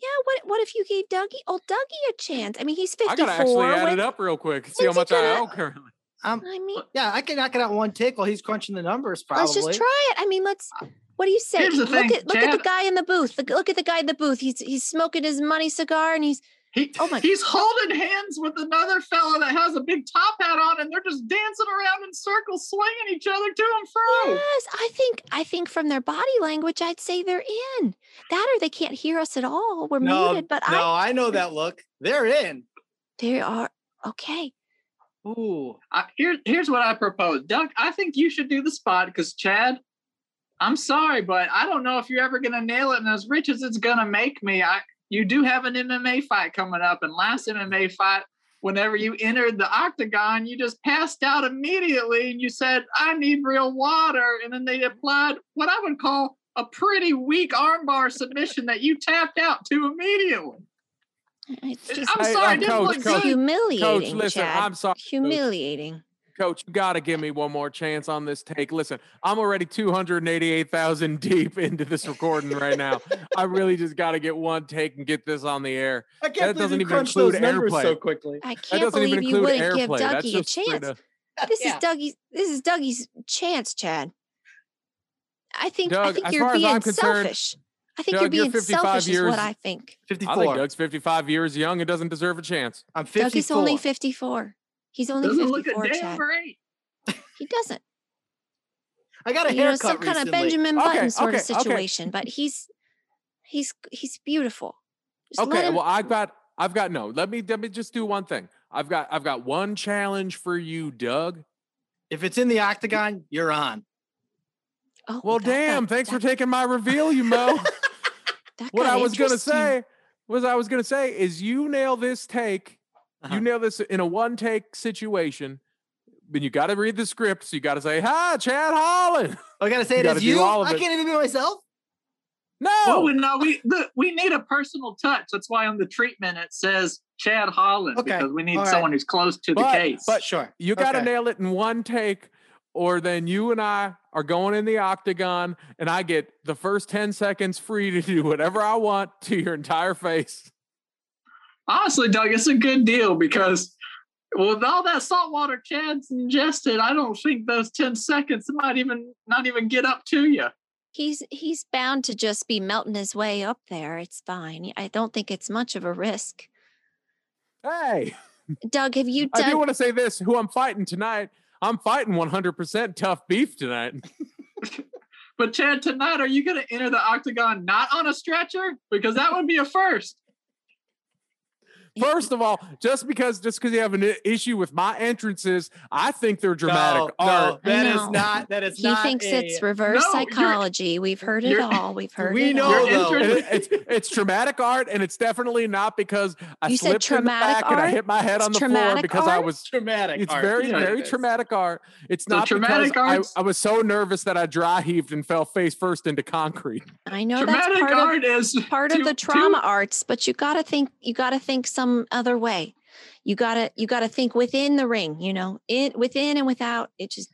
Speaker 4: yeah. What what if you gave Dougie old Dougie a chance? I mean, he's
Speaker 1: I
Speaker 4: fifty
Speaker 1: gotta actually
Speaker 4: four.
Speaker 1: add it up real quick and see how
Speaker 4: Lindsay,
Speaker 1: much I
Speaker 4: can I-
Speaker 1: owe currently.
Speaker 2: Um,
Speaker 4: I mean,
Speaker 2: yeah, I can knock it out in one take while he's crunching the numbers. Probably.
Speaker 4: let's just try it. I mean, let's. What do you say?
Speaker 3: Here's the
Speaker 4: look
Speaker 3: thing,
Speaker 4: at look at the
Speaker 3: Chad-
Speaker 4: guy in the booth. Look, look at the guy in the booth. He's he's smoking his money cigar and he's
Speaker 3: He,
Speaker 4: Oh my-
Speaker 3: He's holding hands with another fella that has a big top hat on, and they're just dancing around in circles, swinging each other to and fro.
Speaker 4: Yes, I think I think from their body language, I'd say they're in. That or they can't hear us at all. We're
Speaker 2: No,
Speaker 4: muted, but I
Speaker 2: no, I
Speaker 4: (laughs)
Speaker 2: know that look. They're in.
Speaker 4: they are okay.
Speaker 2: Ooh.
Speaker 3: I, here, here's what I propose, Doug. I think you should do the spot because Chad, I'm sorry, but I don't know if you're ever gonna nail it. And as rich as it's gonna make me, I you do have an MMA fight coming up, and last MMA fight, whenever you entered the octagon, you just passed out immediately, and you said, "I need real water," and then they applied what I would call a pretty weak armbar submission that you tapped out to immediately.
Speaker 4: It's just
Speaker 3: I'm
Speaker 1: Hey,
Speaker 3: sorry,
Speaker 1: uh,
Speaker 3: it didn't
Speaker 1: Coach,
Speaker 3: look
Speaker 4: it's
Speaker 1: Coach,
Speaker 3: good.
Speaker 4: humiliating,
Speaker 1: Coach, listen,
Speaker 4: Chad.
Speaker 1: I'm sorry.
Speaker 4: humiliating.
Speaker 1: Coach, you got to give me one more chance on this take. Listen, I'm already 288,000 deep into this recording right
Speaker 4: (laughs)
Speaker 1: now. I really just got to get one take and get this on the air.
Speaker 2: I
Speaker 1: That doesn't
Speaker 2: can't believe you
Speaker 1: even
Speaker 2: crunched those
Speaker 1: include
Speaker 2: numbers so
Speaker 1: airplay.
Speaker 2: quickly.
Speaker 4: I
Speaker 1: That
Speaker 4: can't
Speaker 1: doesn't even
Speaker 4: believe you
Speaker 1: include
Speaker 4: wouldn't give
Speaker 1: airplay. That's
Speaker 4: Dougie a
Speaker 1: just straight
Speaker 4: chance.
Speaker 1: up-
Speaker 4: (laughs) This
Speaker 2: Yeah.
Speaker 4: is Dougie's this is Dougie's chance, Chad. I think I
Speaker 1: Doug,
Speaker 4: think
Speaker 1: as
Speaker 4: you're
Speaker 1: far as I'm
Speaker 4: being
Speaker 1: concerned,
Speaker 4: selfish. I think you're
Speaker 1: Doug, you're
Speaker 4: being
Speaker 1: 55
Speaker 4: selfish is
Speaker 1: years-
Speaker 4: what I think.
Speaker 2: 54.
Speaker 1: I think Doug's 55 years young and doesn't deserve a chance.
Speaker 2: I'm 54.
Speaker 4: Dougie's only 54. He's only
Speaker 3: Doesn't look a
Speaker 4: 54,
Speaker 3: damn
Speaker 4: Chad.
Speaker 3: great.
Speaker 4: He doesn't.
Speaker 2: I got a
Speaker 4: you know
Speaker 2: haircut
Speaker 4: some kind of
Speaker 2: recently.
Speaker 4: Benjamin
Speaker 1: Okay,
Speaker 4: Button sort of
Speaker 1: okay, okay.
Speaker 4: situation, but he's he's he's beautiful. Just let
Speaker 1: okay,
Speaker 4: him-
Speaker 1: well, I've got I've got no. Let me let me just do one thing. I've got I've got one challenge for you, Doug.
Speaker 2: If it's in the octagon, you're on.
Speaker 4: oh,
Speaker 1: Well,
Speaker 4: that got-
Speaker 1: damn, thanks for
Speaker 4: that-
Speaker 1: taking my reveal, you
Speaker 4: (laughs)
Speaker 1: mo.
Speaker 4: that
Speaker 1: what
Speaker 4: got
Speaker 1: I was gonna
Speaker 4: interesting.
Speaker 1: say was I was gonna say is you nail this take,
Speaker 2: Uh-huh.
Speaker 1: you nail this in a one take situation. But you got to read the script, so you got to say, "Hi, Chad Holland." (laughs)
Speaker 2: Oh, I got to say
Speaker 1: You
Speaker 2: it
Speaker 1: gotta
Speaker 2: as
Speaker 1: do
Speaker 2: you.
Speaker 1: all of
Speaker 2: I
Speaker 1: it.
Speaker 2: can't even be myself.
Speaker 3: Oh,
Speaker 1: No,
Speaker 3: no, we the, we need a personal touch. That's why on the treatment it says Chad Holland
Speaker 2: Okay,
Speaker 3: because we need
Speaker 2: all right.
Speaker 3: someone who's close to
Speaker 1: But-
Speaker 3: the case.
Speaker 1: but-
Speaker 2: sure.
Speaker 1: you got to
Speaker 2: Okay.
Speaker 1: nail it in one take, or then you and I are going in the octagon, and I get the first ten seconds free to do whatever I want to your entire face.
Speaker 3: Honestly, Doug, it's a good deal because with all that saltwater Chad's ingested, I don't think those ten seconds might even not even get up to you.
Speaker 4: He's he's bound to just be melting his way up there. It's fine. I don't think it's much of a risk.
Speaker 1: Hey,
Speaker 4: Doug, have you
Speaker 1: I do
Speaker 4: done?
Speaker 1: want to say this: who I'm fighting tonight? I'm fighting 100% tough beef
Speaker 4: (laughs)
Speaker 1: tonight.
Speaker 3: But Chad, tonight are you going to enter the octagon not on a stretcher because that would be a first?
Speaker 1: First of all, just because just because you have an i- issue with my entrances, I think they're dramatic
Speaker 2: no,
Speaker 1: art.
Speaker 2: No, that
Speaker 4: I
Speaker 2: is
Speaker 4: know.
Speaker 2: not. That is
Speaker 4: He
Speaker 2: not.
Speaker 4: thinks
Speaker 2: a-
Speaker 4: it's reverse
Speaker 3: No, you're-
Speaker 4: psychology. We've heard it
Speaker 3: you're-
Speaker 4: all. We've heard
Speaker 2: We
Speaker 4: it
Speaker 2: know
Speaker 4: all.
Speaker 3: Your
Speaker 2: though.
Speaker 1: And
Speaker 3: entrance-
Speaker 1: it- it's it's dramatic art, and it's definitely not because I
Speaker 4: You said
Speaker 1: slipped in the
Speaker 4: traumatic
Speaker 1: back and I
Speaker 4: art?
Speaker 1: hit my head
Speaker 4: It's
Speaker 1: on the floor
Speaker 4: traumatic
Speaker 1: because I
Speaker 4: art?
Speaker 1: was.
Speaker 2: traumatic.
Speaker 1: It's
Speaker 2: art.
Speaker 1: very
Speaker 2: You know
Speaker 1: very
Speaker 2: this.
Speaker 1: traumatic art. It's
Speaker 3: So
Speaker 1: not because
Speaker 3: traumatic
Speaker 1: I,
Speaker 3: arts-
Speaker 1: I was so nervous that I dry heaved and fell face first into concrete.
Speaker 4: I know that's
Speaker 3: Dramatic
Speaker 4: part of
Speaker 3: art is
Speaker 4: part
Speaker 3: two-
Speaker 4: of the
Speaker 3: two-
Speaker 4: trauma arts but you got to think you got to think some other way you got to you got to think within the ring you know in within and without it just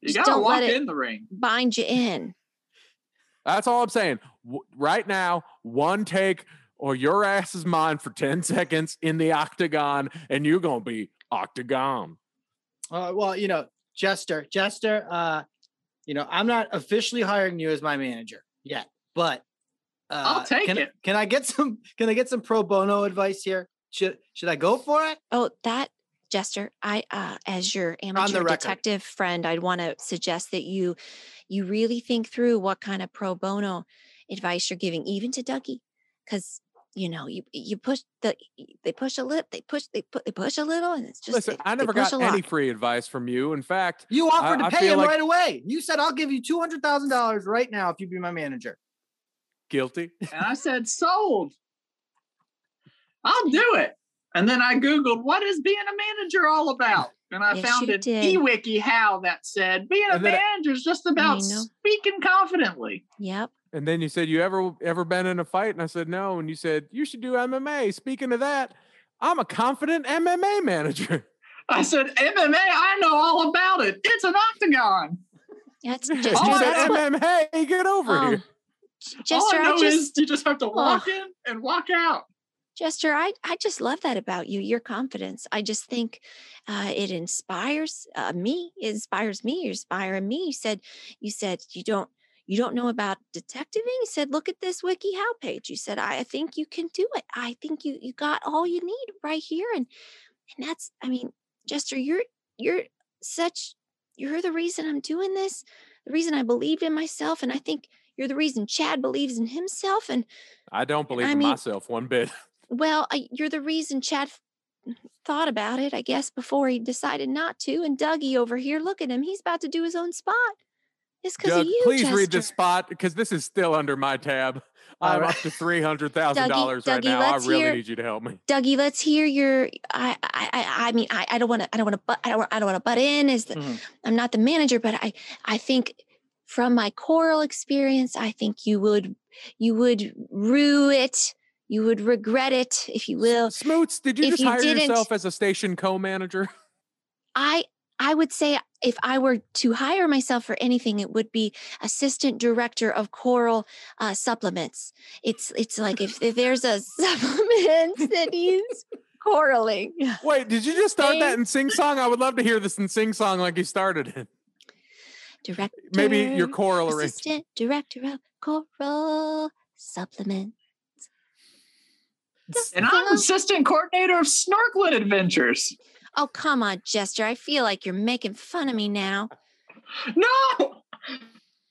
Speaker 3: You
Speaker 4: Just
Speaker 3: got to
Speaker 4: don't let
Speaker 3: walk
Speaker 4: it-
Speaker 3: in the ring.
Speaker 4: bind you in
Speaker 1: That's all I'm saying. W- right now, one take or your ass is mine for ten seconds in the octagon, and you're gonna be octagon.
Speaker 2: Uh, well, you know, Jester, Jester, uh, you know, I'm not officially hiring you as my manager yet, but
Speaker 3: I'll
Speaker 2: Uh,
Speaker 3: take
Speaker 2: can,
Speaker 3: it.
Speaker 2: Can I get some? Can I get some pro bono advice here? Should Should I go for it?
Speaker 4: Oh, that Jester, I uh as your amateur
Speaker 2: record.
Speaker 4: detective friend, I'd want to suggest that you you really think through what kind of pro bono advice you're giving even to Dougie cuz you know, you you push the they push a lip, they push they put they push a little and it's just
Speaker 1: Listen,
Speaker 4: they-
Speaker 1: I
Speaker 4: they
Speaker 1: never
Speaker 4: push
Speaker 1: got
Speaker 4: a lot.
Speaker 1: any free advice from you. In fact,
Speaker 2: You offered
Speaker 1: I
Speaker 2: to pay
Speaker 1: feel
Speaker 2: him
Speaker 1: like-
Speaker 2: right away. You said I'll give you two hundred thousand dollars right now if you be my manager.
Speaker 1: guilty. (laughs)
Speaker 3: And I said, sold. I'll do it. And then I Googled, what is being a manager all about? And I
Speaker 4: Yes,
Speaker 3: found
Speaker 4: you
Speaker 3: an
Speaker 4: did.
Speaker 3: eWiki how that said being a
Speaker 1: And then I-
Speaker 3: manager is just about
Speaker 4: I know.
Speaker 3: speaking confidently.
Speaker 4: Yep.
Speaker 1: And then you said you ever ever been in a fight, and I said no. And you said you should do MMA. Speaking of that, I'm a confident MMA manager. (laughs)
Speaker 3: I said, MMA, I know all about it. It's an octagon.
Speaker 4: That's
Speaker 1: You
Speaker 4: Jester,
Speaker 3: Oh,
Speaker 1: said
Speaker 4: that's what
Speaker 1: MMA, get over
Speaker 4: Oh,
Speaker 1: here.
Speaker 4: J-
Speaker 3: (laughs) all
Speaker 4: Jester,
Speaker 3: I
Speaker 4: I,
Speaker 3: know is
Speaker 4: just
Speaker 3: you just have to walk in and walk out.
Speaker 4: Jester, I, I just love that about you, your confidence. I just think uh, it inspires uh, me. It inspires me. You're inspiring me. You said, you said you don't you don't know about detectiving. You said, look at this wiki how page. You said, I I think you can do it. I think you you got all you need right here. And and that's I mean, Jester, you're you're such you're the reason I'm doing this, the reason I believed in myself, and I think you're the reason Chad believes in himself. And
Speaker 1: I don't believe
Speaker 4: I
Speaker 1: in
Speaker 4: mean-
Speaker 1: myself one bit.
Speaker 4: well, I, you're the reason Chad f- thought about it, I guess, before he decided not to. And Dougie over here, look at him. He's about to do his own spot. It's because of
Speaker 1: Doug,
Speaker 4: you,
Speaker 1: please read the
Speaker 4: Jester.
Speaker 1: spot because this is still under my tab.
Speaker 2: All
Speaker 1: I'm
Speaker 2: right.
Speaker 1: up to three hundred thousand dollars right
Speaker 4: Dougie,
Speaker 1: now. I
Speaker 4: let's
Speaker 1: really
Speaker 4: hear-
Speaker 1: need you to help me.
Speaker 4: Dougie, let's hear your. I, I, I, I mean, I, I don't want to. I don't want to. But I don't. I don't want to butt in. Is the,
Speaker 1: Mm-hmm.
Speaker 2: Mhm.
Speaker 4: I'm not the manager, but I. I think from my choral experience, I think you would. You would rue it. You would regret it, if you will.
Speaker 1: Smoots, Uh, did you
Speaker 4: if
Speaker 1: just
Speaker 4: you
Speaker 1: hire
Speaker 4: didn't-
Speaker 1: yourself as a station
Speaker 4: (laughs)
Speaker 1: co-manager?
Speaker 4: I I would say if I were to hire myself for anything, it would be assistant director of choral uh, supplements. It's it's like if, if
Speaker 2: (laughs)
Speaker 4: there's a supplement that needs choraling.
Speaker 1: Wait, did you just start that
Speaker 4: Hey.
Speaker 1: in sing song? I would love to hear this in sing song like you started it.
Speaker 4: Director,
Speaker 1: Maybe your choral arrangement.
Speaker 4: assistant director of choral supplement.
Speaker 3: And I'm assistant coordinator of snorkeling adventures.
Speaker 4: Oh come on, Jester! I feel like you're making fun of me now.
Speaker 3: No,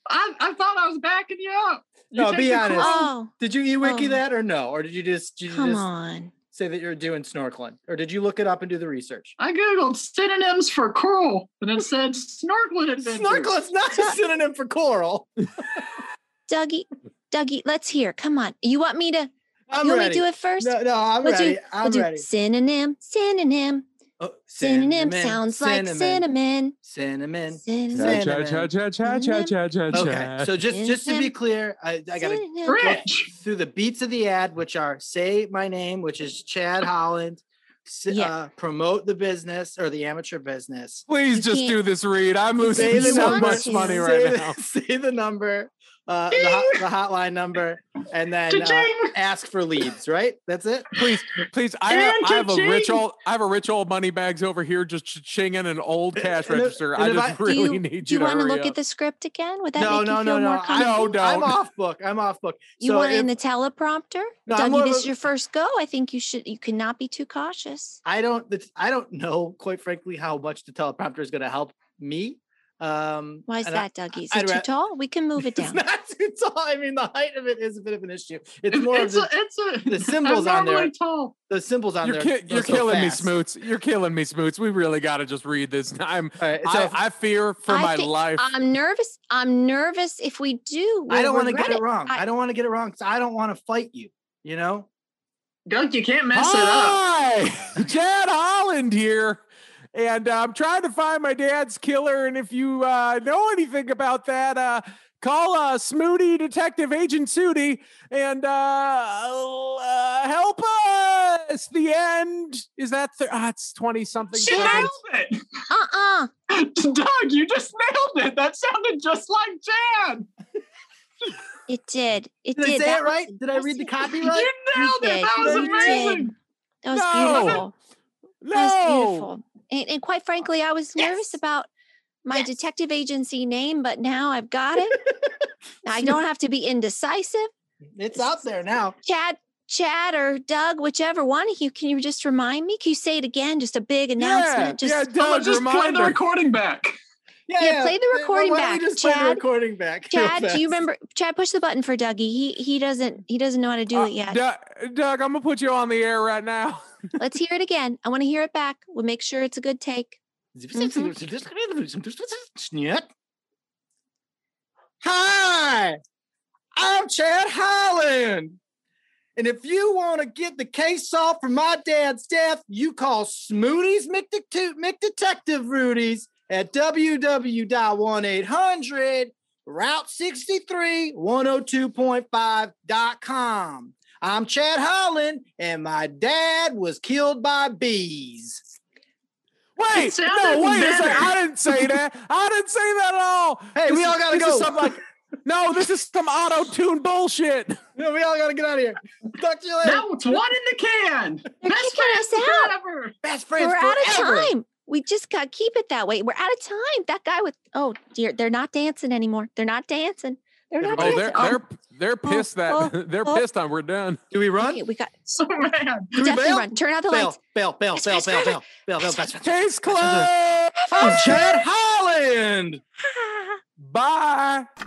Speaker 3: I, I thought I was backing you up. You
Speaker 2: No,
Speaker 3: take
Speaker 2: be
Speaker 3: the
Speaker 2: honest.
Speaker 3: course.
Speaker 4: Oh
Speaker 2: Did you e-wiki
Speaker 4: Oh.
Speaker 2: that or no? Or did you just did you
Speaker 4: come
Speaker 2: just
Speaker 4: on!
Speaker 2: say that you're doing snorkeling? Or did you look it up and do the research?
Speaker 3: I googled synonyms for coral, and it said snorkeling adventures.
Speaker 2: Snorkeling's not a synonym for coral.
Speaker 4: Dougie, Dougie, let's hear. Come on, you want me to?
Speaker 2: I'm
Speaker 4: you want me
Speaker 2: ready.
Speaker 4: to do it first?
Speaker 2: no, no, I'm
Speaker 4: We'll do-
Speaker 2: ready. I'm
Speaker 4: we'll do
Speaker 2: ready.
Speaker 4: synonym, synonym,
Speaker 2: Oh,
Speaker 4: synonym. sounds like cinnamon.
Speaker 2: Cinnamon.
Speaker 4: Cinnamon.
Speaker 2: Cinnamon. Okay,
Speaker 1: Okay,
Speaker 2: so just just to be
Speaker 4: Cinnamon.
Speaker 2: clear, I, I gotta
Speaker 4: Cinnamon.
Speaker 3: Rich.
Speaker 2: through the beats of the ad, which are say my name, which is Chad Holland, s-
Speaker 4: Yeah.
Speaker 2: uh, promote the business or the amateur business.
Speaker 1: please
Speaker 4: You
Speaker 1: just
Speaker 4: can't-
Speaker 1: do this read. I'm
Speaker 4: Say
Speaker 1: losing
Speaker 4: the
Speaker 1: so
Speaker 4: number.
Speaker 1: much money
Speaker 4: Say
Speaker 1: right
Speaker 2: the,
Speaker 1: now.
Speaker 2: (laughs) Say the number, uh, the, hot, the hotline number, and then uh,
Speaker 3: Cha-ching.
Speaker 2: ask for leads. Right? That's it.
Speaker 1: Please, please, I have,
Speaker 3: And
Speaker 1: I have a rich
Speaker 3: cha-ching.
Speaker 1: old, I have a rich old money bags over here just chinging an old cash
Speaker 2: And if-
Speaker 1: register.
Speaker 2: and
Speaker 1: I
Speaker 2: if
Speaker 1: just
Speaker 2: I-
Speaker 4: Do
Speaker 1: really
Speaker 4: you,
Speaker 1: need
Speaker 4: do you
Speaker 1: you to
Speaker 4: want to
Speaker 1: hurry
Speaker 4: look
Speaker 1: up.
Speaker 4: at the script again? Would that
Speaker 2: no,
Speaker 4: make
Speaker 2: no,
Speaker 4: you
Speaker 2: no,
Speaker 4: feel
Speaker 2: no.
Speaker 4: more
Speaker 2: I,
Speaker 4: comfortable?
Speaker 1: No,
Speaker 2: I'm
Speaker 1: don't.
Speaker 2: off book. I'm off book.
Speaker 4: You
Speaker 2: so
Speaker 4: want it
Speaker 2: if,
Speaker 4: in the teleprompter?
Speaker 2: No, I'm more
Speaker 4: Dougie,
Speaker 2: of
Speaker 4: this
Speaker 2: a-
Speaker 4: is your first go. I think you should you cannot be too cautious.
Speaker 2: I don't. that's- I don't know, quite frankly, how much the teleprompter is going to help me. Um,
Speaker 4: Why is
Speaker 2: and I-
Speaker 4: that, Dougie? Is
Speaker 2: I'd
Speaker 4: it too
Speaker 2: ra-
Speaker 4: tall? We can move it
Speaker 2: (laughs) it's
Speaker 4: down.
Speaker 2: not too tall. I mean, the height of it is a bit of an issue. It's
Speaker 3: It-
Speaker 2: more
Speaker 3: It's
Speaker 2: of
Speaker 3: a,
Speaker 2: the,
Speaker 3: it's a (laughs)
Speaker 2: the symbols on there.
Speaker 3: abnormally tall.
Speaker 2: the symbols on
Speaker 1: You're,
Speaker 2: there.
Speaker 1: ki-
Speaker 2: go
Speaker 1: you're
Speaker 2: so
Speaker 1: killing
Speaker 2: fast.
Speaker 1: me, Smoots. You're killing me, Smoots. We really got to just read this. I'm,
Speaker 2: All right, so
Speaker 1: I,
Speaker 2: if-
Speaker 1: I fear for
Speaker 4: I
Speaker 1: my
Speaker 4: think
Speaker 1: life.
Speaker 4: I'm nervous. I'm nervous if we do.
Speaker 2: I
Speaker 4: we'll
Speaker 2: don't want to
Speaker 4: regret
Speaker 2: get it wrong. I,
Speaker 4: I-
Speaker 2: don't want to get it wrong. 'cause I don't want to fight you. You know.
Speaker 3: Doug, you can't mess it
Speaker 2: Ah,
Speaker 3: up.
Speaker 1: Hi, Chad Holland here. And uh, I'm trying to find my dad's killer. And if you uh, know anything about that, uh, call uh, Smooty Detective Agent Sooty and uh, uh, help us. The end is that th- ah, it's 20 something.
Speaker 3: She
Speaker 1: seconds.
Speaker 3: nailed
Speaker 4: Uh-uh.
Speaker 3: it. (laughs) Doug, you just nailed it. That sounded just like Chad.
Speaker 4: It did. It
Speaker 2: Did I
Speaker 4: did.
Speaker 2: say
Speaker 4: That
Speaker 2: it
Speaker 4: was
Speaker 2: right? Did I read the
Speaker 4: impressive.
Speaker 2: copyright?
Speaker 3: You
Speaker 4: (laughs)
Speaker 3: nailed
Speaker 4: You
Speaker 3: it.
Speaker 4: did.
Speaker 3: That was
Speaker 4: You did.
Speaker 3: amazing.
Speaker 4: That was
Speaker 1: No.
Speaker 4: beautiful. That was
Speaker 1: No.
Speaker 4: beautiful. And, and quite frankly, I was nervous
Speaker 3: Yes.
Speaker 4: about my
Speaker 3: Yes.
Speaker 1: (laughs)
Speaker 4: detective agency name, but now I've got it. I don't have to be indecisive.
Speaker 2: It's out there now.
Speaker 4: Chad, Chad, or Doug, whichever one of you, can you just remind me? Can you say it again? Just a big announcement.
Speaker 1: yeah,
Speaker 4: just
Speaker 1: Doug,
Speaker 3: Someone just play the
Speaker 1: reminder. Uh,
Speaker 3: recording back.
Speaker 2: Yeah,
Speaker 4: Yeah, play
Speaker 2: why
Speaker 4: the
Speaker 2: don't
Speaker 4: recording
Speaker 2: we
Speaker 4: back,
Speaker 2: just play the
Speaker 4: Chad.
Speaker 2: recording back. (laughs) real
Speaker 4: Chad, do
Speaker 2: fast?
Speaker 4: you remember? Chad, push the button for Dougie. He he doesn't he doesn't know how to do
Speaker 1: Uh,
Speaker 4: it yet.
Speaker 1: Doug, Doug, I'm gonna put you on the air right now.
Speaker 4: Let's hear it again. I want to hear it back. We'll make sure it's a good take.
Speaker 2: Hi, I'm Chad Holland. And if you want to get the case solved for my dad's death, you call Smoothies McDetective, McDetective Rudies at www.1800 Route oh 63 102.5.com. I'm Chad Holland, and my dad was killed by bees.
Speaker 1: Wait, no,
Speaker 3: sounded
Speaker 1: wait a second.
Speaker 3: better.
Speaker 1: I didn't say that. I didn't say that at all.
Speaker 2: Hey,
Speaker 1: This
Speaker 2: we
Speaker 1: is-
Speaker 2: all gotta
Speaker 1: this is
Speaker 2: go.
Speaker 1: some, like, no, this is some auto tune bullshit.
Speaker 2: No, we all gotta get out of here. Talk to you later.
Speaker 3: That was one in the can.
Speaker 4: They're
Speaker 3: Best
Speaker 4: kicking us
Speaker 3: friends
Speaker 4: out.
Speaker 3: forever.
Speaker 2: Best friends
Speaker 4: We're
Speaker 2: forever.
Speaker 4: out of time. We just got keep it that way. We're out of time. That guy with oh dear, they're not dancing anymore. They're not dancing. They're not
Speaker 1: Oh,
Speaker 2: Everybody-
Speaker 1: they're
Speaker 4: dancing.
Speaker 1: they're they're
Speaker 4: Oh,
Speaker 1: pissed that (laughs) they're
Speaker 4: oh.
Speaker 1: pissed on. We're done.
Speaker 2: Do we
Speaker 4: okay, we got
Speaker 3: (laughs) So man.
Speaker 2: Do we
Speaker 4: definitely
Speaker 2: bail?
Speaker 4: run. Turn out the
Speaker 2: Bail,
Speaker 4: lights.
Speaker 2: bail, bail,
Speaker 4: Yes,
Speaker 2: bail,
Speaker 4: yes,
Speaker 2: bail,
Speaker 4: yes.
Speaker 2: bail, bail, bail, bail.
Speaker 1: Case closed.
Speaker 2: I'm Chad Holland.
Speaker 1: Bye.